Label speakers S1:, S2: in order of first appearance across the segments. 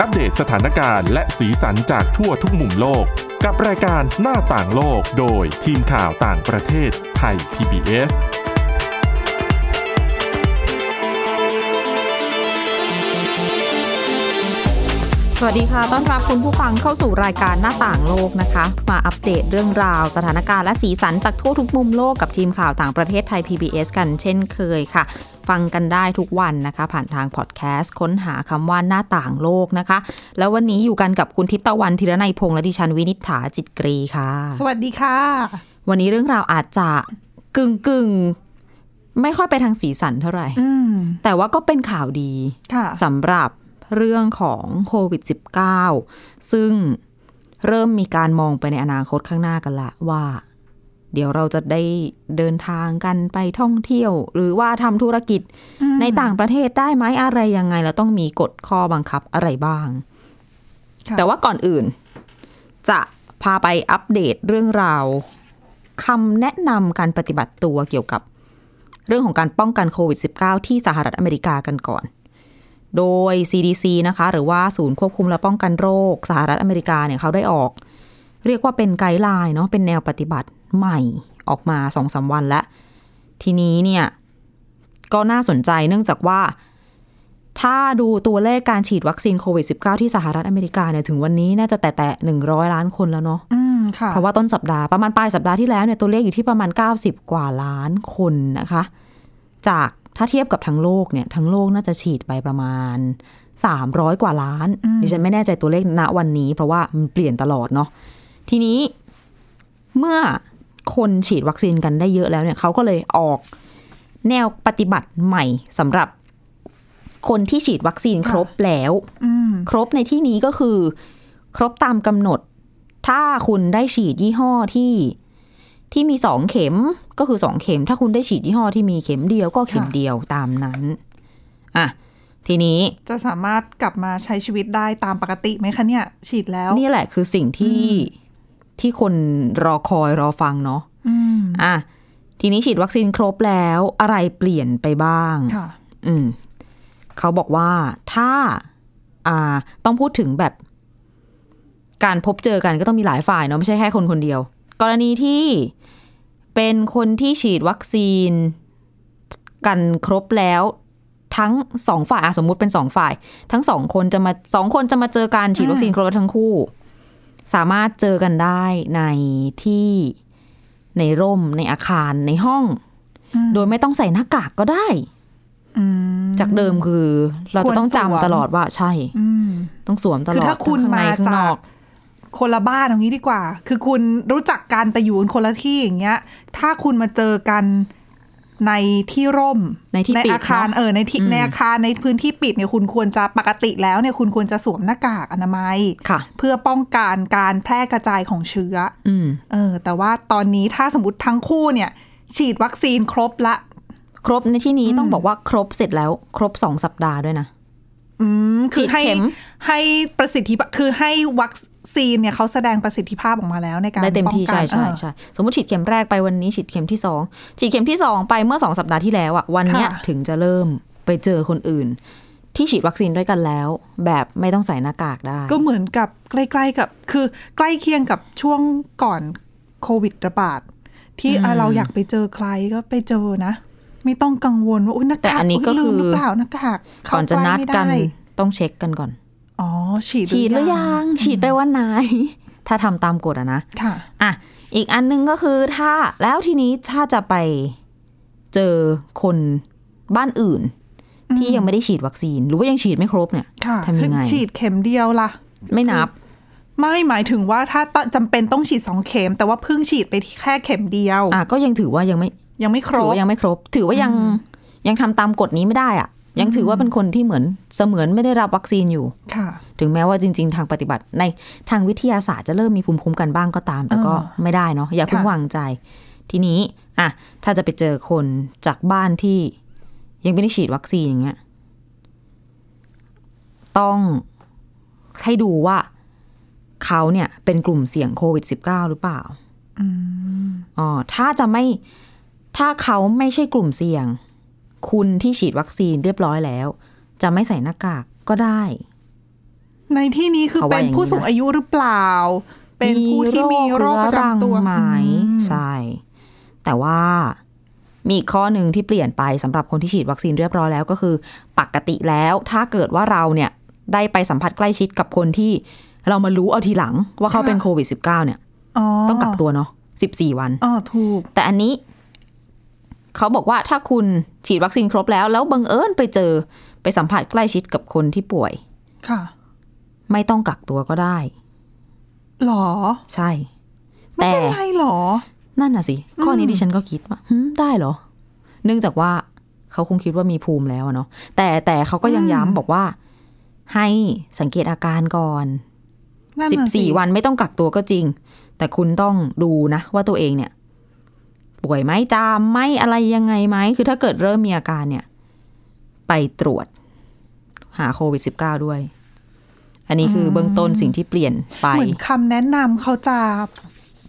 S1: อัปเดตสถานการณ์และสีสันจากทั่วทุกมุมโลก กับรายการหน้าต่างโลกโดยทีมข่าวต่างประเทศไทย PBS
S2: สวัสดีค่ะ ต้อนรับคุณผู้ฟังเข้าสู่รายการหน้าต่างโลกนะคะ มาอัปเดตเรื่องราว สถานการณ์และสีสันจากทั่วทุกมุมโลกกับทีมข่าวต่างประเทศไทย PBS กันเช่นเคยค่ะ ฟังกันได้ทุกวันนะคะ ผ่านทางพอดแคสต์ ค้นหาคำว่าหน้าต่างโลกนะคะ แล้ววันนี้อยู่กันกับคุณทิพย์ตะวันธีรนัยพงษ์และดิฉันวินิษฐาจิตกรีค่ะ
S3: สวัสดีค่ะ
S2: วันนี้เรื่องราวอาจจะกึ่งกึ่งๆไม่ค่อยไปทางสีสันเท่าไหร่
S3: อืม
S2: แต่ว่าก็เป็นข่าวดี
S3: ค่ะ
S2: สำหรับเรื่องของโควิด -19 ซึ่งเริ่มมีการมองไปในอนาคตข้างหน้ากันละว่า เดี๋ยวเราจะได้เดินทางกันไปท่องเที่ยว หรือว่าทำธุรกิจในต่างประเทศได้ไหมอะไรยังไง แล้วต้องมีกฎข้อบังคับอะไรบ้าง
S3: ค่ะ
S2: แต่ว่าก่อนอื่น จะพาไปอัปเดตเรื่องราวคำแนะนำการปฏิบัติตัวเกี่ยวกับ เรื่องของการป้องกันโควิด -19 ที่สหรัฐอเมริกากันก่อน โดย CDC นะคะ หรือว่าศูนย์ควบคุมและป้องกันโรค สหรัฐอเมริกาเนี่ยเขาได้ออก เรียกว่าเป็นไกด์ไลน์เนาะเป็นแนวปฏิบัติใหม่ออกมาสองสาวันแล้ว ทีนี้เนี่ย ก็น่าสนใจเนื่องจากว่า ถ้าดูตัวเลขการฉีดวัคซีนโควิด -19 ที่สหรัฐอเมริกาเนี่ยถึงวันนี้น่าจะแตะๆหนึ่งร้อยล้านคนแล้วเนาะ
S3: อืม ค่ะ
S2: เพราะว่าต้นสัปดาห์ประมาณปลายสัปดาห์ที่แล้วเนี่ยตัวเลขอยู่ที่ประมาณ 90 กว่าล้านคนนะคะ จากถ้าเทียบกับทั้งโลกเนี่ยทั้งโลกน่าจะฉีดไปประมาณ 300 กว่าล้านดิฉันไม่แน่ใจตัวเลขณวันนี้ เพราะว่ามันเปลี่ยนตลอดเนาะทีนี้เมื่อคนฉีดวัคซีนกันได้เยอะแล้วเนี่ยเขาก็เลยออกแนวปฏิบัติใหม่สำหรับคนที่ฉีดวัคซีนครบแล้ว
S3: อืม
S2: ครบในที่นี้ก็คือ ครบตามกำหนด ถ้าคุณได้ฉีดยี่ห้อที่ที่มีสองเข็มก็คือสองเข็ม ถ้าคุณได้ฉีดยี่ห้อที่มีเข็มเดียวก็เข็ม
S3: ค่ะ
S2: เดียวตามนั้นอ่ะทีนี้
S3: จะสามารถกลับมาใช้ชีวิตได้ตามปกติไหมคะเนี่ย ฉีดแล้ว
S2: นี่แหละคือสิ่งที่ที่คนรอคอยรอฟังเนาะ
S3: อืม
S2: อ่ะทีนี้ฉีดวัคซีนครบแล้วอะไรเปลี่ยนไปบ้าง
S3: ค่ะ
S2: อืมเขาบอกว่าถ้าอ่าต้องพูดถึงแบบ การพบเจอกันก็ต้องมีหลายฝ่ายเนาะไม่ใช่แค่คนคนเดียว กรณีที่เป็นคนที่ฉีดวัคซีนกันครบแล้ว ทั้งสองฝ่ายอะสมมุติเป็นสองฝ่าย ทั้งสองคนจะมาสองคนจะมาเจอกันฉีดวัคซีนครบแล้วทั้งคู่ สามารถเจอกันได้ในที่ในร่มในอาคารในห้อง
S3: อืม
S2: โดยไม่ต้องใส่หน้ากากก็ได้
S3: อืม
S2: จากเดิมคือเราจะต้องจำ
S3: ควรสวม
S2: ตลอดว่าใช่
S3: อืม
S2: ต้องสวมตลอด
S3: คือถ้าคุณ
S2: ทั้งข้งใน
S3: มา
S2: ข้างนอ
S3: จาก ก คนละบ้านเอางี้ดีกว่า คือคุณรู้จักกันแต่อยู่คนละที่อย่างเงี้ย ถ้าคุณมาเจอกันในที่ร่ม
S2: ในที่ปิด
S3: อาคาร
S2: เนอะ
S3: เออในที่ในอาคารในพื้นที่ปิดเนี่ยคุณควรจะปกติแล้วเนี่ยคุณควรจะสวมหน้ากากอนามัย
S2: ค่ะ
S3: เพื่อป้องกันการแพร่กระจายของเชื้อ
S2: อืม
S3: เออแต่ว่าตอนนี้ถ้าสมมติทั้งคู่เนี่ย ฉีดวัคซีนครบละ
S2: ครบในที่นี้ต้องบอกว่าครบเสร็จแล้ว ครบสองสัปดาห์ด้วยนะ
S3: อืมคื
S2: ฉี
S3: อ
S2: ด
S3: ให้
S2: เข็ม
S3: ให้ประสิทธิภาพคือให้วัคซีนเนี่ยเขาแสดงประสิทธิภาพออกมาแล้วในการ
S2: ได้เต็มที่
S3: ป้องกัน
S2: ใช่ใช่
S3: เออ
S2: ใช่สมมติฉีดเข็มแรกไปวันนี้ฉีดเข็มที่สองฉีดเข็มที่สองไปเมื่อสองสัปดาห์ที่แล้วอะวันเนี้ย
S3: ค่ะ
S2: ถึงจะเริ่มไปเจอคนอื่น ที่ฉีดวัคซีนด้วยกันแล้ว แบบไม่ต้องใส่หน้ากากได้
S3: ก็เหมือนกับใกล้ๆกับ คือใกล้เคียงกับช่วงก่อนโควิดระบาด ที่อ่ะเราอยากไปเจอใครก็ไปเจอนะ ไม่ต้องกังวลว่าอุ้ยหน้า
S2: แต่
S3: กาก
S2: อันนี้
S3: ย
S2: ก็
S3: ลืม
S2: คือ
S3: หรือเปล่าหน้ากากเข้า
S2: ก่อนจะนัด
S3: ใล้ไม่
S2: กัน
S3: ไ
S2: ต้องเช็คกันก่อน
S3: อ๋อฉีด
S2: ฉีดหรือยัง ฉีดไปวันไหน ถ้าทำตามกฎอะนะ
S3: ค่ะ
S2: อ่ะ อีกอันหนึงก็คือถ้าแล้วทีนี้ถ้าจะไปเจอคนบ้านอื่น ที่ยังไม่ได้ฉีดวัคซีน หรือว่ายังฉีดไม่ครบเนี่ย
S3: ค่ะ
S2: ทำยังไง
S3: ฉีดเข็มเดียวล่ะ
S2: ไม่นับ
S3: ไม่หมายถึงว่าถ้าตจำเป็นต้องฉีดสองเข็ม แต่ว่าเพิ่งฉีดไปแค่เข็มเดียว
S2: อ่ะก็ยังถือว่ายังไม่
S3: ยังไม่คร
S2: ถือบ ว่ายังไม่ครบ ถือว่ายังยังทำตามกฎนี้ไม่ได้อ่ะ ยังถือว่าเป็นคนที่เหมือนเสมือนไม่ได้รับวัคซีนอยู่
S3: ค่ะ
S2: ถึงแม้ว่าจริง ๆ ทางปฏิบัติในทางวิทยาศาสตร์จะเริ่มมีภูมิคุ้มกันบ้างก็ตาม แต่ก็
S3: อ่า
S2: ไม่ได้เนาะอย่าเพิ่ง
S3: ค่ะ
S2: วางใจ ทีนี้อ่ะถ้าจะไปเจอคนจากบ้านที่ยังไม่ได้ฉีดวัคซีนอย่างเงี้ยต้องให้ดูว่าเขาเนี่ยเป็นกลุ่มเสี่ยงโควิด -19 หรือเปล่าอ๋อถ้าจะไม่ถ้าเขาไม่ใช่กลุ่มเสี่ยง คุณที่ฉีดวัคซีนเรียบร้อยแล้ว จะไม่ใส่หน้ากากก็ได้
S3: ในที่นี้คือ
S2: เขาว่า
S3: เป็นผู้
S2: อย่างนี้นะ
S3: สูงอายุหรือเปล่า เป็นผู้ที่มีโรคประจำตั
S2: เรื้
S3: ว
S2: อรังไหม
S3: อืม
S2: ใช่ แต่ว่ามีอีกข้อหนึ่งที่เปลี่ยนไปสำหรับคนที่ฉีดวัคซีนเรียบร้อยแล้วก็คือ ปกติแล้ว ถ้าเกิดว่าเราเนี่ยได้ไปสัมผัสใกล้ชิดกับคนที่เรามารู้เอาทีหลังว่าเขาเป็นโควิด -19 เนี่ย ต้องกักตัวเนาะ14 วัน
S3: อ๋อถูก
S2: แต่อันนี้ เขาบอกว่าถ้าคุณฉีดวัคซีนครบแล้ว แล้วบังเอิญไปเจอไปสัมผัสใกล้ชิดกับคนที่ป่วย
S3: ค่ะ
S2: ไม่ต้องกักตัวก็ได้
S3: หรอ
S2: ใช่
S3: ไม่
S2: แต่
S3: เป็นไรหรอ
S2: นั่นน่ะสิ ข้อนี้ดิฉันก็คิดว่าหึได้เหรอ เนื่องจากว่าเขาคงคิดว่ามีภูมิแล้วอะเนาะแต่แต่เขาก็ยัง
S3: อืม
S2: ย้ำบอกว่า ให้สังเกตอาการก่อน
S3: นั่น
S2: สิบ
S3: น่ะ
S2: สี่วันไม่ต้องกักตัวก็จริง แต่คุณต้องดูนะ ว่าตัวเองเนี่ย ป่วยไหมจามไหมอะไรยังไงไหมคือถ้าเกิดเริ่มมีอาการเนี่ย ไปตรวจ หาโควิด -19 ด้วย อันนี้คือเบื้องต้นสิ่งที่เปลี่ยนไป
S3: เหมือนคำแนะนำเขาจะ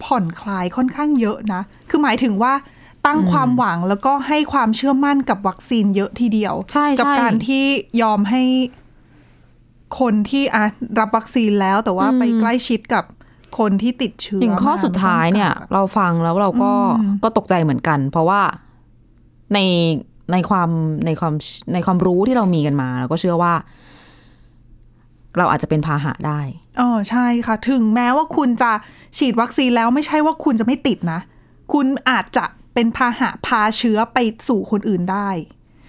S3: ผ่อนคลายค่อนข้างเยอะนะ คือหมายถึงว่าตั้งความหวังแล้วก็ให้ความเชื่อมั่นกับวัคซีนเยอะทีเดียว
S2: ใช่
S3: กับ
S2: ใช่
S3: การที่ยอมให้คนที่อ่ะรับวัคซีนแล้วแต่ว่าไปใกล้ชิดกับคนที่ติดเชื้อ
S2: ถึงข้อ
S3: ม
S2: สุดท้ายเนี่ย
S3: มัก็ต้องกักอะ
S2: เราฟังแล้วเราก็
S3: อืม
S2: ก็ตกใจเหมือนกัน เพราะว่าในในความในความในความรู้ที่เรามีกันมาเราก็เชื่อว่า เราอาจจะเป็นพาหะได้
S3: อ๋อใช่ค่ะ ถึงแม้ว่าคุณจะฉีดวัคซีนแล้วไม่ใช่ว่าคุณจะไม่ติดนะ คุณอาจจะเป็นพาหะพาเชื้อไปสู่คนอื่นได้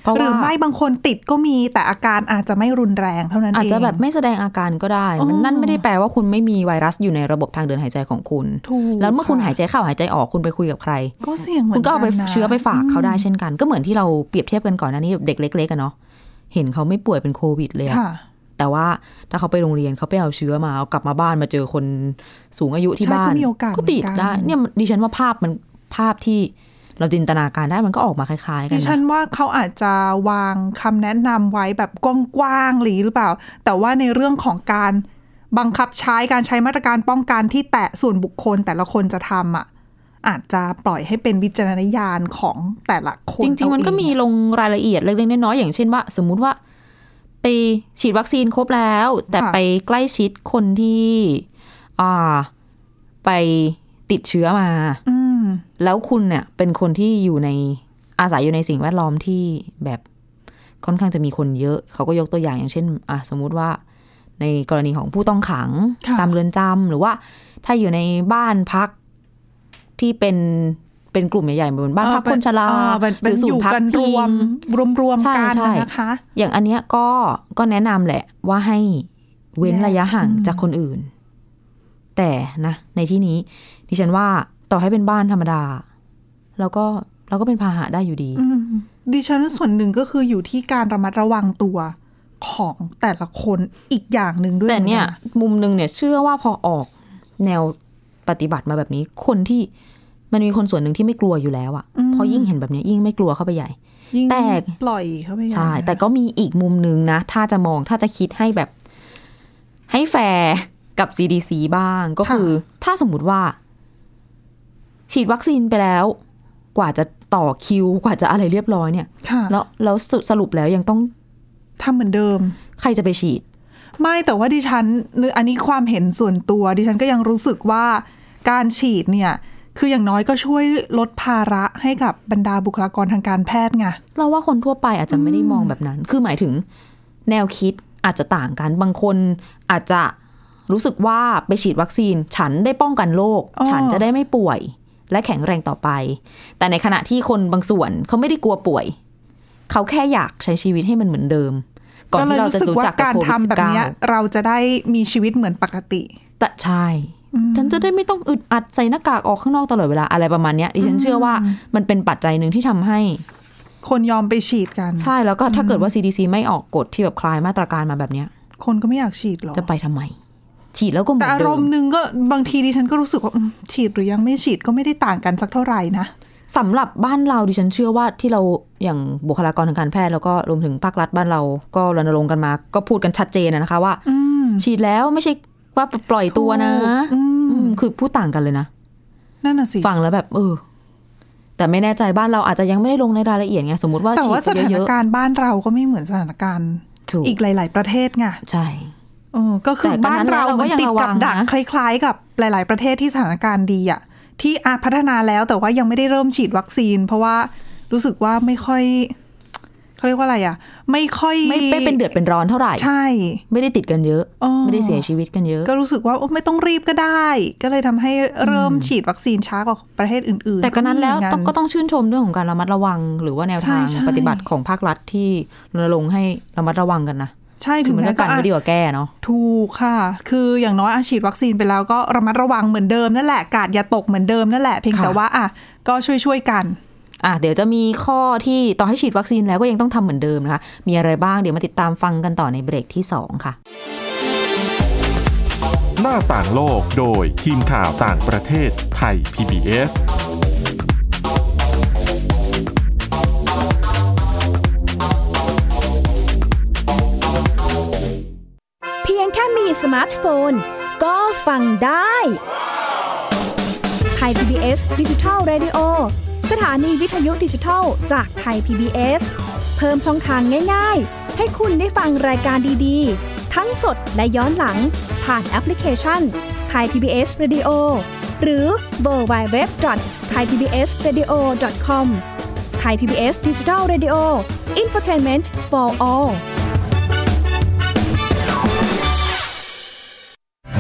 S2: เพราะ
S3: หรื
S2: ว่า
S3: อไม่บางคนติดก็มีแต่อาการอาจจะไม่รุนแรงเท่านั้นเอง
S2: อา
S3: อา
S2: จจะแบบไม่แสดงอาการก็ได้ มัน
S3: อ๋อ
S2: นั่นไม่ได้แปลว่าคุณไม่มีไวรัสอยู่ในระบบทางเดินหายใจของคุณ
S3: ถูก
S2: แล้วเมื่อคุณหาย
S3: ะ
S2: ใจเข้าหายใจออกคุณไปคุยกับใคร
S3: ก็เสี่ยงเหมือน
S2: คุณก็เอาไป
S3: นะ
S2: เชื้อไปฝากเขาได้เช่นกัน ก็เหมือนที่เราเปรียบเทียบกันก่อนหน้านี้เด็กเล็กๆกันเนาะเห็นเขาไม่ป่วยเป็นโควิดเลยอะ
S3: ค่ะ
S2: แต่ว่าถ้าเขาไปโรงเรียนเขาไปเอาเชื้อมาเอากลับมาบ้านมาเจอคนสูงอายุที่
S3: ใช่
S2: บ้าน
S3: ก็มีโอกาส
S2: ติด
S3: เหมือนกัน
S2: ได้เนี่ยมันดิฉันว่าภาพมันภาพที่เราจินตนาการได้มันก็ออกมาคล้าย ๆ กั
S3: ดิ
S2: น
S3: ฉั
S2: นะ
S3: นว่าเขาอาจจะวางคำแนะนำไว้แบบกว้างๆหรือหรือเปล่า แต่ว่าในเรื่องของการบังคับใช้การใช้มาตรการป้องกันที่แตะส่วนบุคคลแต่ละคนจะทำอ่ะ อาจจะปล่อยให้เป็นวิจารณญาณของแต่ละคน
S2: จริง ๆ มันก็มี
S3: เอาเอ
S2: ลงรายละเอียดเล็กๆน้อยๆอย่างเช่นว่า สมมุติว่า ไปฉีดวัคซีนครบแล้ว แต่ไปใกล้ชิดคนที่อ่าไปติดเชื้อมา
S3: อืม
S2: แล้วคุณเนี่ยเป็นคนที่อยู่ในอาศัยอยู่ในสิ่งแวดล้อมที่แบบค่อนข้างจะมีคนเยอะ เขาก็ยกตัวอย่างอย่างเช่นอ่ะสมมุติว่า ในกรณีของผู้ต้องขัง
S3: ค่ะ
S2: ตามเรือนจำหรือว่า ถ้าอยู่ในบ้านพักที่เป็นเป็นกลุ่มใหญ่ๆเหมือนบ้านพักคนชรา
S3: อ่เป็น
S2: ห
S3: เป็
S2: รื
S3: น
S2: ศู
S3: อนยู่
S2: ย์พัก
S3: กันร
S2: พิ
S3: วม
S2: ง
S3: รวมรวมๆ
S2: ใช่
S3: กัน
S2: ใช่
S3: น่ะนะคะ
S2: อย่างอันเนี้ยก็ก็แนะนำแหละว่าให้เว้น
S3: แยก
S2: ระยะห่าง
S3: อืม
S2: จากคนอื่น แต่นะ ในที่นี้ดิฉันว่าต่อให้เป็นบ้านธรรมดา แล้วก็เราก็เป็นพาหะได้อยู่ดี
S3: อืมดิฉันว่าส่วนหนึ่งก็คืออยู่ที่การระมัดระวังตัวของแต่ละคนอีกอย่างหนึ่งด้วย
S2: แต่เนี่ย
S3: หมือกัะ
S2: มุมหนึ่งเนี่ยเชื่อว่าพอออกแนวปฏิบัติมาแบบนี้ คนที่มันมีคนส่วนหนึ่งที่ไม่กลัวอยู่แล้วอะ
S3: อืม
S2: พอยิ่งเห็นแบบเนี้ยยิ่งไม่กลัวเข้าไปใหญ่
S3: ยิ่ง
S2: แตก
S3: ปล่อยเข้าไป
S2: ใช่
S3: อย่างนั้น
S2: แต่ก็มีอีกมุมหนึ่งนะ ถ้าจะมองถ้าจะคิดให้แบบ ให้แฟร์กับ CDC บ้างก็คือ ถ้าสมมติว่า ฉีดวัคซีนไปแล้ว กว่าจะต่อคิว กว่าจะอะไรเรียบร้อยเนี่ย
S3: ค่ะ
S2: แล้วแล้วสรุปสรุปแล้วยังต้อง
S3: ทำเหมือนเดิม
S2: ใครจะไปฉีด
S3: ไม่แต่ว่าดิฉันอันนี้ความเห็นส่วนตัว ดิฉันก็ยังรู้สึกว่าการฉีดเนี่ย คืออย่างน้อยก็ช่วยลดภาระให้กับบรรดาบุคลากรทางการแพทย์ไง
S2: เราว่าคนทั่วไปอาจจะไม่ได้มองแบบนั้น คือหมายถึง แนวคิดอาจจะต่างกัน บางคนอาจจะรู้สึกว่าไปฉีดวัคซีน ฉันได้ป้องกันโรค
S3: อ๋อ
S2: ฉันจะได้ไม่ป่วย และแข็งแรงต่อไป แต่ในขณะที่คนบางส่วนเขาไม่ได้กลัวป่วย เขาแค่อยากใช้ชีวิตให้มันเหมือนเดิม ก่อนที่เราจะรู้จักกับ
S3: การ
S2: โควิด
S3: ทำ
S2: สิบ
S3: แบบ
S2: เก้า
S3: เนี้ยเราจะได้มีชีวิตเหมือนปกติ
S2: แต่ใช่ ฉันจะได้ไม่ต้องอึดอัดใส่หน้ากากออกข้างนอกตลอดเวลาอะไรประมาณเนี้ยดิฉันเชื่อว่ามันเป็นปัจจัยหนึ่งที่ทำให้
S3: คนยอมไปฉีดกัน
S2: ใช่แล้วก็ถ้าเกิดว่า CDC ไม่ออกกฎที่แบบคลายมาตรการมาแบบเนี้ย
S3: คนก็ไม่อยากฉีดหรอ
S2: จะไปทำไม ฉีดแล้วก็เหมื
S3: แต่
S2: อน
S3: อา
S2: เดิ
S3: ร
S2: ม
S3: มณ์หนึ่งก็บางทีดิฉันก็รู้สึกว่าอืมฉีดหรือยังไม่ฉีดก็ไม่ได้ต่างกันสักเท่าไหร่นะ
S2: สำหรับบ้านเราดิฉันเชื่อว่าที่เราอย่างบุคลากรทางการแพทย์แล้วก็รวมถึงภาครัฐบ้านเราก็รณรงค์กันมา ก็พูดกันชัดเจนอะนะคะว่า
S3: อืม
S2: ฉีดแล้วไม่ใช่ว่าปล่อยตัวนะ
S3: อืม
S2: อืมคือพูดต่างกันเลยนะ
S3: นั่นน่ะสิ
S2: ฟังแล้วแบบ เออ แต่ไม่แน่ใจบ้านเราอาจจะยังไม่ได้ลงในรายละเอียดไงสมมติว่า
S3: แต่
S2: ฉีด
S3: ว่าส
S2: ไป
S3: ถาน
S2: เยอะ
S3: การณ์บ้านเราก็ไม่เหมือนสถานการณ์
S2: ๆถูก
S3: อีกหลาย ๆ ประเทศไง
S2: ใช่
S3: เ เออก็คือ
S2: แต่ก็
S3: บ้า
S2: นั้น น
S3: เรา
S2: เราก็
S3: มัน
S2: ยัง
S3: ติด
S2: ระวั
S3: กับ
S2: ง
S3: ดัก
S2: นะ
S3: คล้าย ๆ กับหลาย ๆ ประเทศที่สถานการณ์ดีอะที่อาจพัฒนาแล้วแต่ว่ายังไม่ได้เริ่มฉีดวัคซีน เพราะว่ารู้สึกว่าไม่ค่อยเขาเรียกว่าอะไรอะไม่ค่อย
S2: ไม่ไม่เป็นเดือดเป็นร้อนเท่าไหร่
S3: ใช่
S2: ไม่ได้ติดกันเยอะ
S3: อ๋อ
S2: ไม่ได้เสียชีวิตกันเยอะ
S3: ก็รู้สึกว่าโอ้ไม่ต้องรีบก็ได้ ก็เลยทำให้เริ่มฉีดวัคซีนช้ากว่าประเทศอื่นๆ
S2: แต่ก็นั้นแล้วต้อง
S3: มีเหมื
S2: ก็
S3: อนน
S2: ต้องชื่นชมเรื่องของการระมัดระวัง หรือว่าแนวทาง
S3: ใช่ใช่
S2: ปฏิบัติของภาครัฐที่รณรงค์ให้ระมัดระวังกันนะ
S3: ใช่
S2: ถึ
S3: ถึ
S2: ง
S3: ง
S2: มัน
S3: แม้
S2: ก็
S3: ก็
S2: กัน
S3: อ่ะ
S2: ไม่ดีกว่าแก้เนาะ
S3: ถูกค่ะ คืออย่างน้อยอาฉีดวัคซีนไปแล้วก็ระมัดระวังเหมือนเดิมนั่นแหละ กาดอย่าตกเหมือนเดิมนั่นแหละ เพียง
S2: ค่ะ
S3: แต่ว่าอ่ะก็ช่วยช่วยๆกัน
S2: อ่ะเดี๋ยวจะมีข้อที่ต่อให้ฉีดวัคซีนแล้วก็ยังต้องทำเหมือนเดิมนะคะ มีอะไรบ้างเดี๋ยวมาติดตามฟังกันต่อในเบรกที่ 2 ค่ะ
S1: หน้าต่างโลกโดยทีมข่าวต่างประเทศไทย PBS
S4: เพียงแค่มีสมาร์ทโฟน ก็ฟังได้ไทย PBS ดิจิทัล Radio สถานีวิทยุดิจิทัลจากไทย PBS เพิ่มช่องทางง่ายๆ ให้คุณได้ฟังรายการดีๆ ทั้งสดและย้อนหลัง ผ่านแอปพลิเคชันไทย PBS Radio หรือเวอร์ไบเว็บจอดไทยพีบีเอสเรดิโอคอมไทยพีบีเอสดิจิทัลเรดิโออินฟอร์ทนเมนต์ for all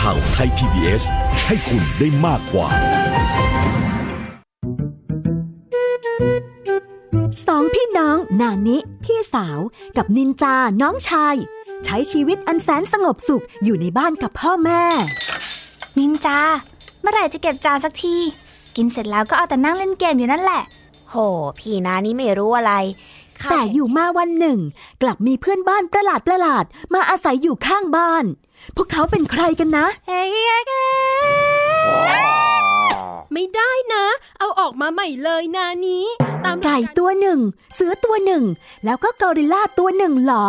S5: ข่าวไทย PBS ให้คุณได้มากกว่า
S6: สองพี่น้องนานิ พี่สาวกับนินจาน้องชาย ใช้ชีวิตอันแสนสงบสุขอยู่ในบ้านกับพ่อแม่
S7: นินจา เมื่อไหร่จะเก็บจานสักที กินเสร็จแล้วก็เอาแต่นั่งเล่นเกมอยู่นั่นแหละ
S8: โห พี่นานี่ไม่รู้อะไรค่ะ
S6: แต่อยู่มาวันหนึ่ง กลับมีเพื่อนบ้านประหลาดประหลาดๆมาอาศัยอยู่ข้างบ้าน พวกเขาเป็นใครกันนะ
S4: เอ๊ะไม่ได้นะ เอาออกมาใหม่เลยนานี้ ตาม
S6: ไก่ตัวหนึ่ง เสือตัวหนึ่ง แล้วก็กอริลลาตัวหนึ่งเหรอ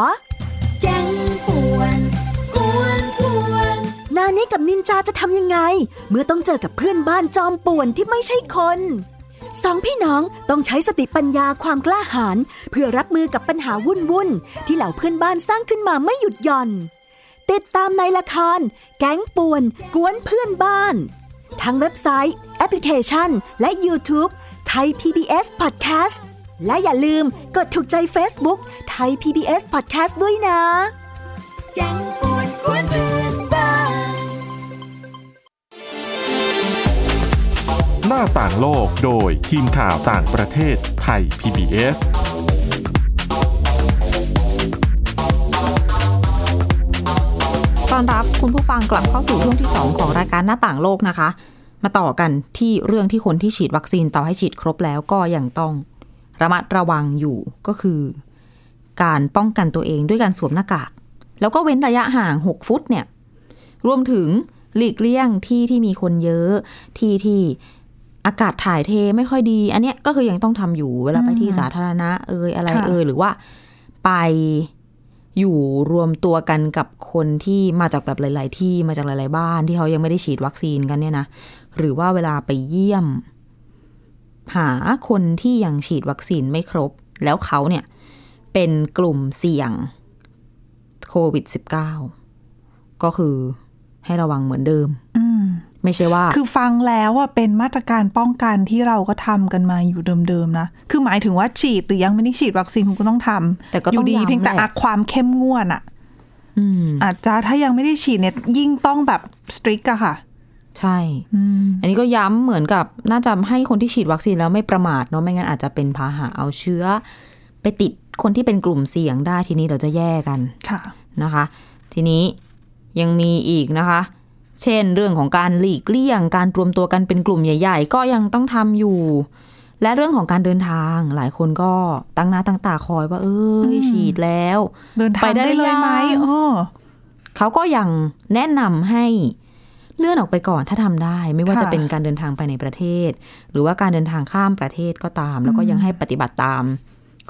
S7: แกงป่วนกวนกวน
S6: นานิกับนินจาจะทำยังไง เมื่อต้องเจอกับเพื่อนบ้านจอมป่วนที่ไม่ใช่คนสองพี่น้องต้องใช้สติปัญญาความกล้าหาญเพื่อรับมือกับปัญหาวุ่นวุ่นๆที่เหล่าเพื่อนบ้านสร้างขึ้นมาไม่หยุดหย่อน ติดตามในละคร แก๊งป่วน กวนเพื่อนบ้าน ทั้งเว็บไซต์ แอปพลิเคชัน และ YouTube ไทย PBS Podcast และอย่าลืมกดถูกใจ Facebook ไทย PBS Podcast ด้วยนะ
S7: แกงป่วนกวนเพื่อนบ้าน
S1: หน้าต่างโลกโดยทีมข่าวต่างประเทศไทย PBS
S2: ตอนรับคุณผู้ฟังกลับเข้าสู่ช่วงที่ 2 ของรายการหน้าต่างโลกนะคะ มาต่อกันที่เรื่องที่คนที่ฉีดวัคซีนต่อให้ฉีดครบแล้วก็ยังต้องระมัดระวังอยู่ก็คือ การป้องกันตัวเองด้วยการสวมหน้ากาก แล้วก็เว้นระยะห่าง 6 ฟุตเนี่ยรวมถึงหลีกเลี่ยงที่ที่มีคนเยอะที่ที่อากาศถ่ายเทไม่ค่อยดี อันเนี้ยก็คือยังต้องทำอยู่เวลาไปที่สาธารณะเอ่ยอะไร
S3: ค่ะ
S2: เอ่ยหรือว่าไปอยู่รวมตัวกันกับคนที่มาจากแบบหลาย ๆ ที่มาจากหลาย ๆ บ้านที่เขายังไม่ได้ฉีดวัคซีนกันเนี่ยนะหรือว่าเวลาไปเยี่ยม หาคนที่ยังฉีดวัคซีนไม่ครบ แล้วเขาเนี่ย เป็นกลุ่มเสี่ยงโควิด -19 ก็คือให้ระวังเหมือนเดิม
S3: อืม
S2: ไม่ใช่ว่า
S3: คือฟังแล้วอ่ะเป็นมาตรการป้องกันที่เราก็ทำกันมาอยู่เดิมๆนะ คือหมายถึงว่าฉีดหรือยังไม่ได้ฉีดวัคซีนคุณก็ต้องทำ
S2: แต่ก็ต้อง
S3: ยู่ดี
S2: ย้ำ
S3: เพียงแต่
S2: แหละ
S3: อะความเข้มงวดอ่ะ
S2: อืม
S3: อาจจะถ้ายังไม่ได้ฉีดเนี่ยยิ่งต้องแบบสตริกอะค่ะ
S2: ใช่
S3: อืม
S2: อันนี้ก็ย้ำเหมือนกับน่าจะให้คนที่ฉีดวัคซีนแล้วไม่ประมาทเนาะไม่งั้นอาจจะเป็นพาหะเอาเชื้อ ไปติดคนที่เป็นกลุ่มเสี่ยงได้ทีนี้เดี๋ยวจะแย่กัน
S3: ค่ะ
S2: นะคะ ทีนี้ยังมีอีกนะคะ เช่นเรื่องของการหลีกเลี่ยง การรวมตัวกันเป็นกลุ่มใหญ่ ๆ ก็ยังต้องทำอยู่ และเรื่องของการเดินทางหลายคนก็ตั้งหน้าตั้งตาคอยว่า เอ้ย
S3: อืม
S2: ฉีดแล้ว
S3: เดินทา
S2: ไป
S3: ง
S2: ได้ห
S3: ได้
S2: รือ
S3: เลยไหม
S2: ยัง
S3: เออ
S2: เขาก็ยังแนะนำให้เลื่อนออกไปก่อนถ้าทำได้ ไม่ว่า
S3: ค่ะ
S2: จะเป็นการเดินทางไปในประเทศ หรือว่าการเดินทางข้ามประเทศก็ตาม แล้วก็
S3: อืม
S2: ยังให้ปฏิบัติตาม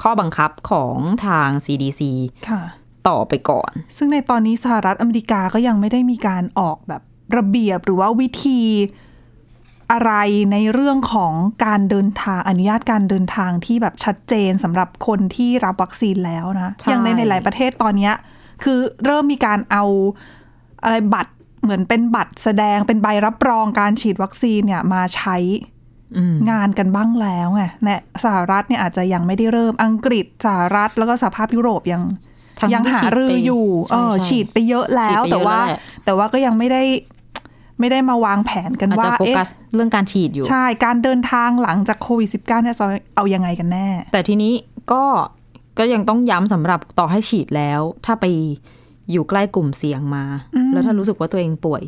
S2: ข้อบังคับของทาง CDC
S3: ค่ะ
S2: ต่อไปก่อน
S3: ซึ่งในตอนนี้สหรัฐอเมริกาก็ยังไม่ได้มีการออกแบบระเบียบหรือว่าวิธีอะไรในเรื่องของการเดินทางอนุญาตการเดินทางที่แบบชัดเจนสำหรับคนที่รับวัคซีนแล้วนะ
S2: ใช่
S3: อย่างในหลายๆประเทศตอนเนี้ยคือเริ่มมีการเอาอะไรบัตรเหมือนเป็นบัตรแสดงเป็นใบรับรองการฉีดวัคซีนเนี่ยมาใช้
S2: อืม
S3: งานกันบ้างแล้วไงแนะสหรัฐเนี่ยอาจจะยังไม่ได้เริ่มอังกฤษสหรัฐแล้วก็สหภาพยุโรปยัง
S2: ทั้ง
S3: ยังหา
S2: ที่ฉีดไป
S3: รืออยู่
S2: ใช่
S3: เออ
S2: ใช่
S3: ฉีดไปเยอะแล้
S2: ฉีดไป
S3: ว
S2: เยอะ
S3: แต่ว่า
S2: แล้วแหละ
S3: แต่ว่าก็ยังไม่ได้ไม่ได้มาวางแผนกัน
S2: อาจ
S3: ว่า
S2: จะโฟกัส
S3: เอ
S2: เรื่องการฉีดอยู่
S3: ๊ะใช่การเดินทางหลังจากโควิด -19 เนี่ยจะเอายังไงกันแน่
S2: แต่ทีนี้ก็ก็ยังต้องย้ำสำหรับต่อให้ฉีดแล้ว ถ้าไปอยู่ใกล้กลุ่มเสี่ยงมา
S3: อืม
S2: แล้วถ้ารู้สึกว่าตัวเองป่วย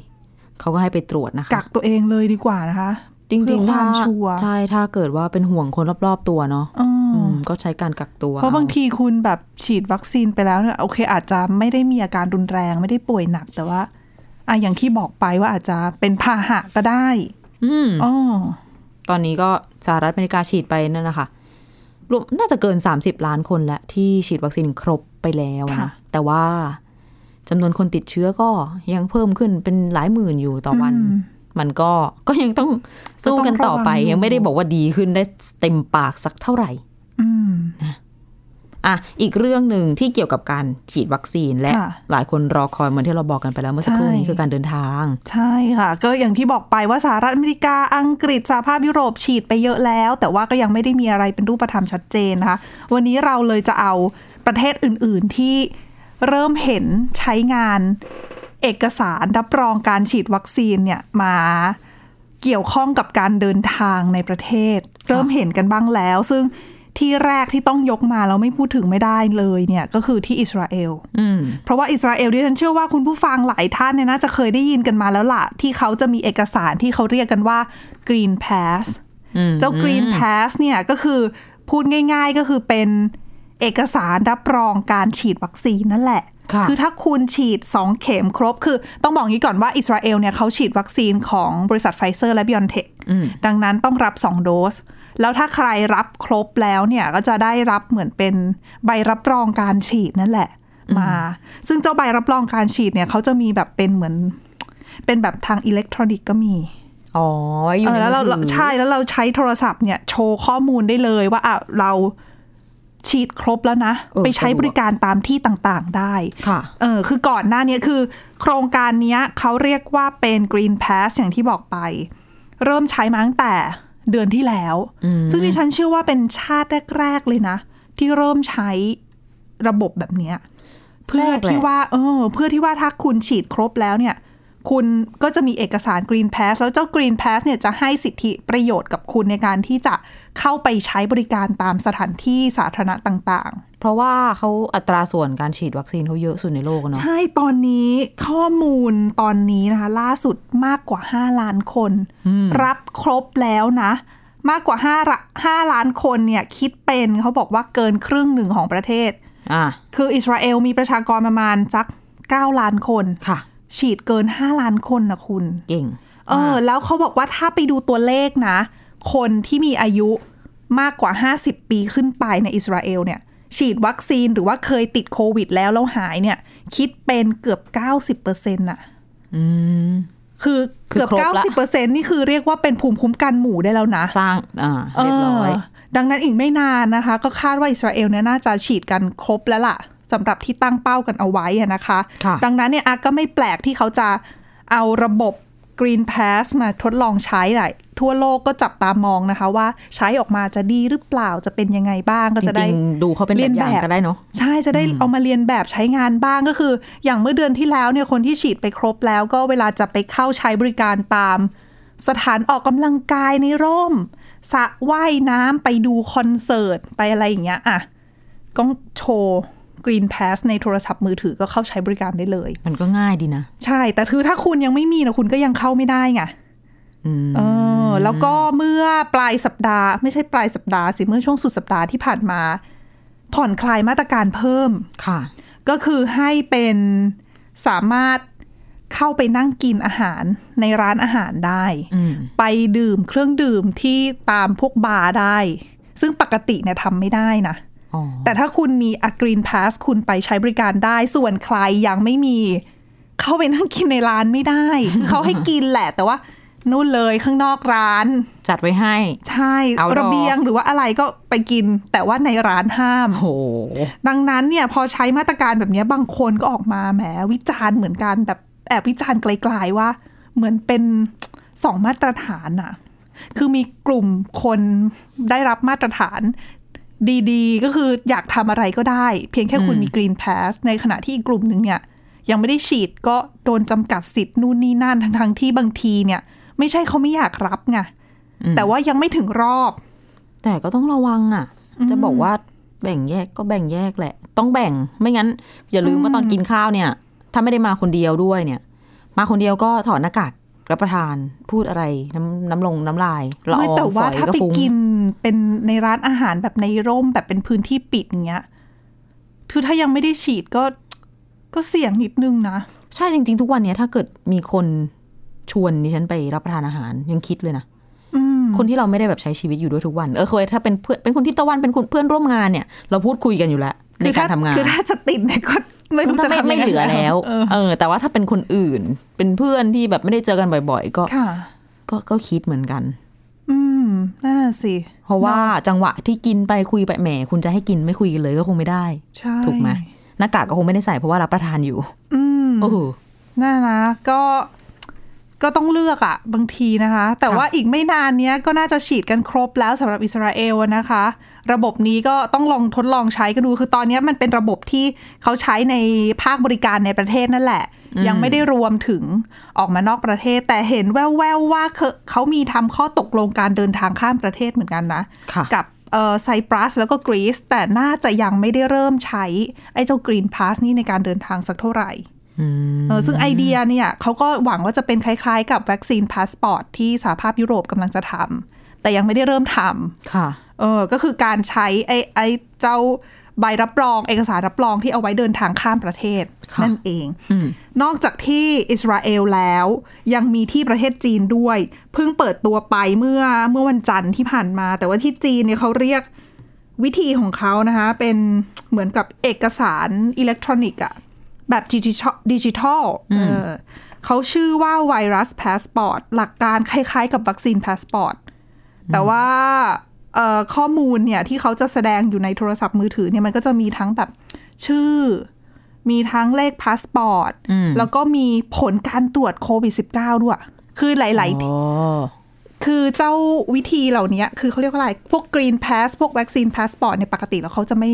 S2: เขาก็ให้ไปตรวจนะคะ
S3: กักตัวเองเลยดีกว่านะคะ
S2: จริงๆ
S3: เพื่อ
S2: ถ้าว
S3: คามชัวร์
S2: ใช่ถ้าเกิดว่าเป็นห่วงคนรอบๆตัวเนาะ
S3: อืม
S2: อืมก็ใช้การกักตัว
S3: เพราะบาง
S2: อ
S3: ทีคุณแบบฉีดวัคซีนไปแล้วเนี่ยโอเค อาจจะไม่ได้มีอาการรุนแรงไม่ได้ป่วยหนักแต่ว่าอ่ะอย่างที่บอกไปว่าอาจจะเป็นพาหะก็ได้
S2: อืม
S3: อ๋อ
S2: ตอนนี้ก็สหรัฐอเมริกาฉีดไปนั่นนะคะรวมน่าจะเกิน 30 ล้านคนแล้วที่ฉีดวัคซีนครบไปแล้วนะแต่ว่าจำนวนคนติดเชื้อก็ยังเพิ่มขึ้นเป็นหลายหมื่นอยู่ต่อวัน
S3: ม
S2: มันก็ก็ยังต้องสู้กันต่อไป
S3: ก็ต้องระวังอยู่
S2: ยังไม่ได้บอกว่าดีขึ้นได้เต็มปากสักเท่าไหร่
S3: อืม
S2: อ่ะอีกเรื่องหนึ่งที่เกี่ยวกับการฉีดวัคซีนและ
S3: ค่ะ
S2: หลายคนรอคอยเหมือนที่เราบอกกันไปแล้วเมื่อสักครู่นี้
S3: ใช่
S2: คือการเดินทาง
S3: ใช่ค่ะ ก็อย่างที่บอกไปว่าสหรัฐอเมริกาอังกฤษสหภาพยุโรปฉีดไปเยอะแล้ว แต่ว่าก็ยังไม่ได้มีอะไรเป็นรูปธรรมชัดเจนนะคะ วันนี้เราเลยจะเอาประเทศอื่น ๆ ที่เริ่มเห็นใช้งานเอกสารรับรองการฉีดวัคซีนเนี่ยมาเกี่ยวข้องกับการเดินทางในประเทศ เริ่มเห็นกันบ้างแล้ว ซึ่งที่แรกที่ต้องยกมาแล้วไม่พูดถึงไม่ได้เลยเนี่ยก็คือที่อิสราเอล
S2: อืม
S3: เพราะว่าอิสราเอลดิฉันเชื่อว่าคุณผู้ฟังหลายท่านเนี่ยน่าจะเคยได้ยินกันมาแล้วล่ะ ที่เขาจะมีเอกสารที่เขาเรียกกันว่า Green Pass
S2: อืม
S3: เจ้า Green Pass เนี่ยก็คือพูดง่าย ๆก็คือเป็นเอกสารรับรองการฉีดวัคซีนนั่นแหละ
S2: ค่ะ
S3: คือถ้าคุณฉีด 2 เข็มครบ คือต้องบอกงี้ก่อนว่าอิสราเอลเนี่ยเขาฉีดวัคซีนของบริษัทไฟเซอร์และบิออนเทค
S2: อืม
S3: ดังนั้นต้องรับ 2 โดส แล้วถ้าใครรับครบแล้วเนี่ยก็จะได้รับเหมือนเป็นใบรับรองการฉีดนั่นแหละ มา ซึ่งเจ้าใบรับรองการฉีดเนี่ยเขาจะมีแบบเป็นเหมือน เป็นแบบทางอิเล็กทรอนิกส์ก็มี
S2: อ๋ออยู่
S3: เออ
S2: ใน
S3: แล้วเรา
S2: มือถือ
S3: ใช่แล้วเราใช้โทรศัพท์เนี่ยโชว์ข้อมูลได้เลยว่าอ่ะเราฉีดครบแล้วนะ ไปใช้บริการตามที่ต่างๆได้
S2: ค่ะ
S3: เออคือก่อนหน้านี้คือ โครงการเนี้ยเขาเรียกว่าเป็น Green Pass อย่างที่บอกไป เริ่มใช้มาตั้งแต่เดือนที่แล้ว ซึ่งดิฉันเชื่อว่าเป็นชาติแรก ๆ เลยนะ ที่เริ่มใช้ระบบแบบเนี้ยเพื่อที่ว่าเออเพื่อที่ว่าถ้าคุณฉีดครบแล้วเนี่ย คุณก็จะมีเอกสาร Green Pass แล้วเจ้า Green Pass เนี่ยจะให้สิทธิประโยชน์กับคุณในการที่จะเข้าไปใช้บริการตามสถานที่สาธารณะต่าง ๆ
S2: เพราะว่าเขาอัตราส่วนการฉีดวัคซีนเขาเยอะสุดในโลกอะเนาะ
S3: ใช่ ตอนนี้ข้อมูลตอนนี้นะคะ ล่าสุดมากกว่า 5 ล้านคน รับครบแล้วนะ มากกว่า5ละ5ล้านคนเนี่ยคิดเป็นเขาบอกว่าเกินครึ่งหนึ่งของประเทศ
S2: อ่ะ
S3: คืออิสราเอลมีประชากรประมาณสัก 9 ล้านคน
S2: ค่ะ
S3: ฉีดเกิน 5 ล้านคนนะคุณ
S2: เก่ง
S3: เออแล้วเขาบอกว่าถ้าไปดูตัวเลขนะ คนที่มีอายุมากกว่า 50 ปีขึ้นไปในอิสราเอลเนี่ย ฉีดวัคซีนหรือว่าเคยติดโควิดแล้วแล้วหายเนี่ย คิดเป็นเกือบ 90%อน่ะคือ
S2: คือ
S3: เกือบ
S2: ครบละ
S3: 90%นี่คือเรียกว่าเป็นภูมิคุ้มกันหมู่ได้แล้วนะ
S2: สร้างอ่าเรียบร้อย
S3: เอดังนั้นอีกไม่นานนะคะ ก็คาดว่าอิสราเอลเนี่ยน่าจะฉีดกันครบแล้วล่ะสำหรับที่ตั้งเป้ากันเอาไว้อะนะคะ
S2: ค่ะ
S3: ดังนั้นเนี่ยอ่ะก็ไม่แปลกที่เขาจะเอาระบบ Green Pass มาทดลองใช้หลายทั่วโลกก็จับตามองนะคะ ว่าใช้ออกมาจะดีหรือเปล่าจะเป็นยังไงบ้างก็
S2: จ
S3: จะได้
S2: ริงๆดูเขาเป็นแบ
S3: เรีย
S2: บ
S3: น
S2: อ
S3: แบบ
S2: ย่างก็ได้เนาะ
S3: ใช่จะได้เอามาเรียนแบบใช้งานบ้างก็คือ อย่างเมื่อเดือนที่แล้วเนี่ยคนที่ฉีดไปครบแล้วก็เวลาจะไปเข้าใช้บริการตาม สถานออกกำลังกายในร่มสระว่ายน้ำไปดูคอนเสิร์ต ไปอะไรอย่างเงี้ยอ่ะก็โชว์ Green Pass ในโทรศัพท์มือถือก็เข้าใช้บริการได้เลย
S2: มันก็ง่ายดีนะ
S3: ใช่ แต่คือถ้าคุณยังไม่มีนะคุณก็ยังเข้าไม่ได้ไง
S2: อืม
S3: เออ อแล้วก็เมื่อปลายสัปดาห์ ไม่ใช่ปลายสัปดาห์สิเมื่อช่วงสุดสัปดาห์ที่ผ่านมา ผ่อนคลายมาตรการเพิ่ม
S2: ค่ะ
S3: ก็คือให้เป็นสามารถเข้าไปนั่งกินอาหารในร้านอาหารได้
S2: อืม
S3: ไปดื่มเครื่องดื่มที่ตามพวกบาร์ได้ ซึ่งปกติเนี่ยทำไม่ได้นะ
S2: อ๋อ
S3: แต่ถ้าคุณมีอะกรีนพาสคุณไปใช้บริการได้ ส่วนใครยังไม่มี เข้าไปนั่งกินในร้านไม่ได้ คือเขาให้กินแหละ แต่ว่านู่นเลยข้างนอกร้าน
S2: จัดไว้ให้
S3: ใช่
S2: เอาดอก
S3: ระเบียงหรือว่าอะไรก็ไปกิน แต่ว่าในร้านห้าม
S2: โอ้โห
S3: ดังนั้นเนี่ยพอใช้มาตรการแบบเนี้ยบางคนก็ออกมาแหมวิจารณ์เหมือนกันแบบแอบวิจารณ์ไกลๆว่า เหมือนเป็นสองมาตรฐานอะคือมีกลุ่มคนได้รับมาตรฐานดีๆ ก็คืออยากทำอะไรก็ได้ เพียงแค่คุณมีกรีนพาสในขณะที่อีกกลุ่มหนึ่งเนี่ยยังไม่ได้ฉีดก็โดนจำกัดสิทธิ์นู่นนี่นั่นทั้งๆที่บางทีเนี่ย ไม่ใช่เขาไม่อยากรับไงแต่ว่ายังไม่ถึงรอบ
S2: แต่ก็ต้องระวังอ่ะ จะบอกว่าแบ่งแยกก็แบ่งแยกแหละ ต้องแบ่งไม่งั้น อย่าลืมว่าตอนกินข้าวเนี่ย ถ้าไม่ได้มาคนเดียวด้วยเนี่ย มาคนเดียวก็ถอดหน้ากากรับประทานพูดอะไรน้ำน้ำลงน้ำลายละอ
S3: ไม่
S2: อง
S3: แต่ว่า
S2: ฝอย
S3: ถ้า
S2: ก็
S3: ไป
S2: ฟุ้ง
S3: กินเป็นในร้านอาหารแบบในร่มแบบเป็นพื้นที่ปิดอย่างเงี้ยคือถ้ายังไม่ได้ฉีดก็ก็เสี่ยงนิดนึงนะ
S2: ใช่จริง ๆ ทุกวันเนี้ยถ้าเกิดมีคนชวนดิฉันไปรับประทานอาหารยังคิดเลยนะ
S3: อืม
S2: คนที่เราไม่ได้แบบใช้ชีวิตอยู่ด้วยทุกวัน เออเคยถ้าเป็นเพื่อนเป็นคนที่ตะวันเป็นคนเพื่อนร่วมงานเนี่ย เราพูดคุยกันอยู่แล้วใน
S3: คือ
S2: การ
S3: ถ้า
S2: ทำงาน
S3: คือถ้าจะติดเนี่ยก็ไม่รู้
S2: ก็
S3: จะ
S2: ไม่
S3: ทำ
S2: ไม่
S3: ยังง
S2: เหลือแล้ว
S3: เออ
S2: เออ แต่ว่าถ้าเป็นคนอื่น เป็นเพื่อนที่แบบไม่ได้เจอกันบ่อย ๆ ก็
S3: ค่ะ
S2: ก็ก็คิดเหมือนกัน
S3: อืมนั่นนะสิ
S2: เพราะว่าจังหวะที่กินไปคุยไปแหมคุณจะให้กินไม่คุยกันเลยก็คงไม่ได้
S3: ใช่
S2: ถูกไหมหน้ากากก็คงไม่ได้ใส่เพราะว่ารับประทานอยู่
S3: อืม
S2: โอ้โห
S3: น่านะก็ก็ต้องเลือกอะบางทีนะคะ แต่
S2: ค่ะ
S3: ว่าอีกไม่นานเนี้ยก็น่าจะฉีดกันครบแล้วสำหรับอิสราเอลอะนะคะ ระบบนี้ก็ต้องลองทดลองใช้กันดูคือตอนเนี้ยมันเป็นระบบที่เขาใช้ในภาคบริการในประเทศนั่นแหละ ยังไม่ได้รวมถึงออกมานอกประเทศ แต่เห็นแววๆว่าเขาเขามีทำข้อตกลงการเดินทางข้ามประเทศเหมือนกันนะ
S2: ค่ะ
S3: กับเอ่อไซปรัสแล้วก็กรีซแต่น่าจะยังไม่ได้เริ่มใช้ ไอ้เจ้ากรีนพาสนี่ในการเดินทางสักเท่าไหร่เออซึ่งไอเดียเนี่ยเขาก็หวังว่าจะเป็นคล้ายๆ กับวัคซีนพาสปอร์ตที่สหภาพยุโรปกำลังจะทำแต่ยังไม่ได้เริ่มท
S2: ค่ะ
S3: ำเออก็คือการใช้ไอ้ไอ้เจ้าใบรับรอง เอกสารรับรองที่เอาไว้เดินทางข้ามประเทศ
S2: ค่ะ
S3: นั่นเอง
S2: อืม
S3: นอกจากที่อิสราเอลแล้ว ยังมีที่ประเทศจีนด้วย เพิ่งเปิดตัวไปเมื่อเมื่อวันจันทร์ที่ผ่านมา แต่ว่าที่จีนเนี่ยเขาเรียกวิธีของเขานะคะ เป็นเหมือนกับเอกสารอิเล็กทรอนิกส์อะแบบดิจิทัลดิจิทัลเออเขาชื่อว่าไวรัสพาสปอร์ตหลักการคล้ายๆกับวัคซีนพาสปอร์ต แต่ว่าเอ่อข้อมูลเนี่ยที่เขาจะแสดงอยู่ในโทรศัพท์มือถือเนี่ยมันก็จะมีทั้งแบบชื่อ มีทั้งเลขพาสปอร์ต แล้วก็มีผลการตรวจโควิด -19 ด้วย คือหลาย
S2: อ๋อ
S3: ๆ คือเจ้าวิธีเหล่านี้คือเขาเรียกว่าอะไร พวกกรีนพาสพวกวัคซีนพาสปอร์ตเนี่ยปกติแล้วเขาจะไม่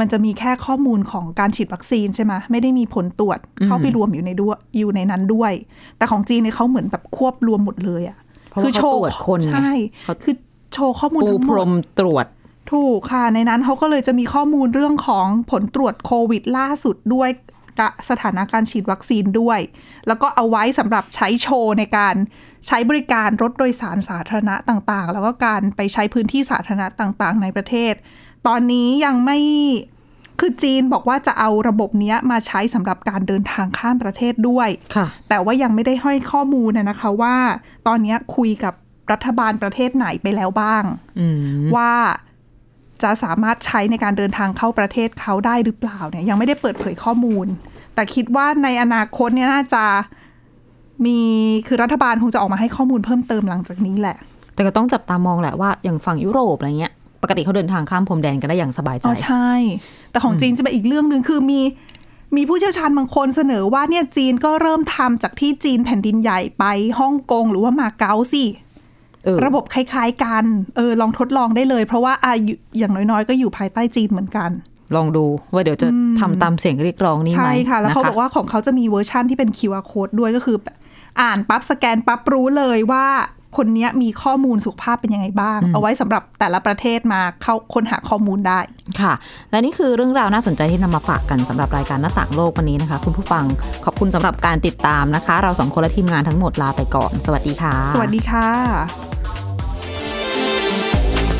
S3: มันจะมีแค่ข้อมูลของการฉีดวัคซีนใช่ไหมไม่ได้มีผลตรวจเข้าไปรวมอยู่ในด้วยอยู่ในนั้นด้วย แต่ของจีนเนี่ยเขาเหมือนแบบควบรวมหมดเลยอะ
S2: เพราะว่าเขาตรวจคนไง
S3: ใช่
S2: เขา
S3: คือโชว์ข้อมูล
S2: ปู
S3: ทั้งห
S2: พ
S3: ม
S2: ร
S3: ด
S2: มตรวจ
S3: ถูกค่ะ ในนั้นเขาก็เลยจะมีข้อมูลเรื่องของผลตรวจโควิดล่าสุดด้วยกะสถานะการฉีดวัคซีนด้วย แล้วก็เอาไว้สำหรับใช้โชว์ในการใช้บริการรถโดยสารสาธารณะต่างๆ แล้วก็การไปใช้พื้นที่สาธารณะต่างๆ ในประเทศ ตอนนี้ยังไม่คือจีนบอกว่าจะเอาระบบเนี้ยมาใช้สำหรับการเดินทางข้ามประเทศด้วย
S2: ค่ะ
S3: แต่ว่ายังไม่ได้ให้ข้อมูลนะนะคะว่า ตอนเนี้ยคุยกับรัฐบาลประเทศไหนไปแล้วบ้าง
S2: อืม
S3: ว่าจะสามารถใช้ในการเดินทางเข้าประเทศเขาได้หรือเปล่าเนี่ยยังไม่ได้เปิดเผยข้อมูล แต่คิดว่าในอนาคตเนี่ยน่าจะมีคือรัฐบาลคงจะออกมาให้ข้อมูลเพิ่มเติมหลังจากนี้แหละ
S2: แต่ก็ต้องจับตามองแหละว่าอย่างฝั่งยุโรปอะไรเงี้ย ปกติเขาเดินทางข้ามพรมแดนกันได้อย่างสบายใจ
S3: อ๋อใช่ แต่ของจีนจะเป็นอีกเรื่องหนึ่งคือมีมีผู้เชี่ยวชาญบางคนเสนอว่าเนี่ยจีนก็เริ่มทำจากที่จีนแผ่นดินใหญ่ไปฮ่องกงหรือว่ามาเก๊าสิ
S2: เออ
S3: ระบบคล้ายๆกันเออลองทดลองได้เลย เพราะว่าอายุอย่างน้อยๆ ก็อยู่ภายใต้จีนเหมือนกัน
S2: ลองดูว่าเดี๋ยวจะทำตามเสียงเรียกร้องนี้ไหม
S3: ใช่ค่ะ แล้วเขาบอก
S2: น
S3: ว่าของเขาจะมีเวอร์ชั่นที่เป็น QR code ด้วยก็คือ อ่านปั๊บ สแกนปั๊บรู้เลยว่า คนเนี้ยมีข้อมูลสุขภาพเป็นยังไงบ้าง เอาไว้สำหรับแต่ละประเทศมาเข้าค้นหาข้อมูลได้
S2: ค่ะ และนี่คือเรื่องราวน่าสนใจที่นำมาฝากกันสำหรับรายการหน้าต่างโลกวันนี้นะคะ คุณผู้ฟังขอบคุณสำหรับการติดตามนะคะ เราสองคนและทีมงานทั้งหมดลาไปก่อน สวัสดีค่ะ
S3: สวัสดีค่ะ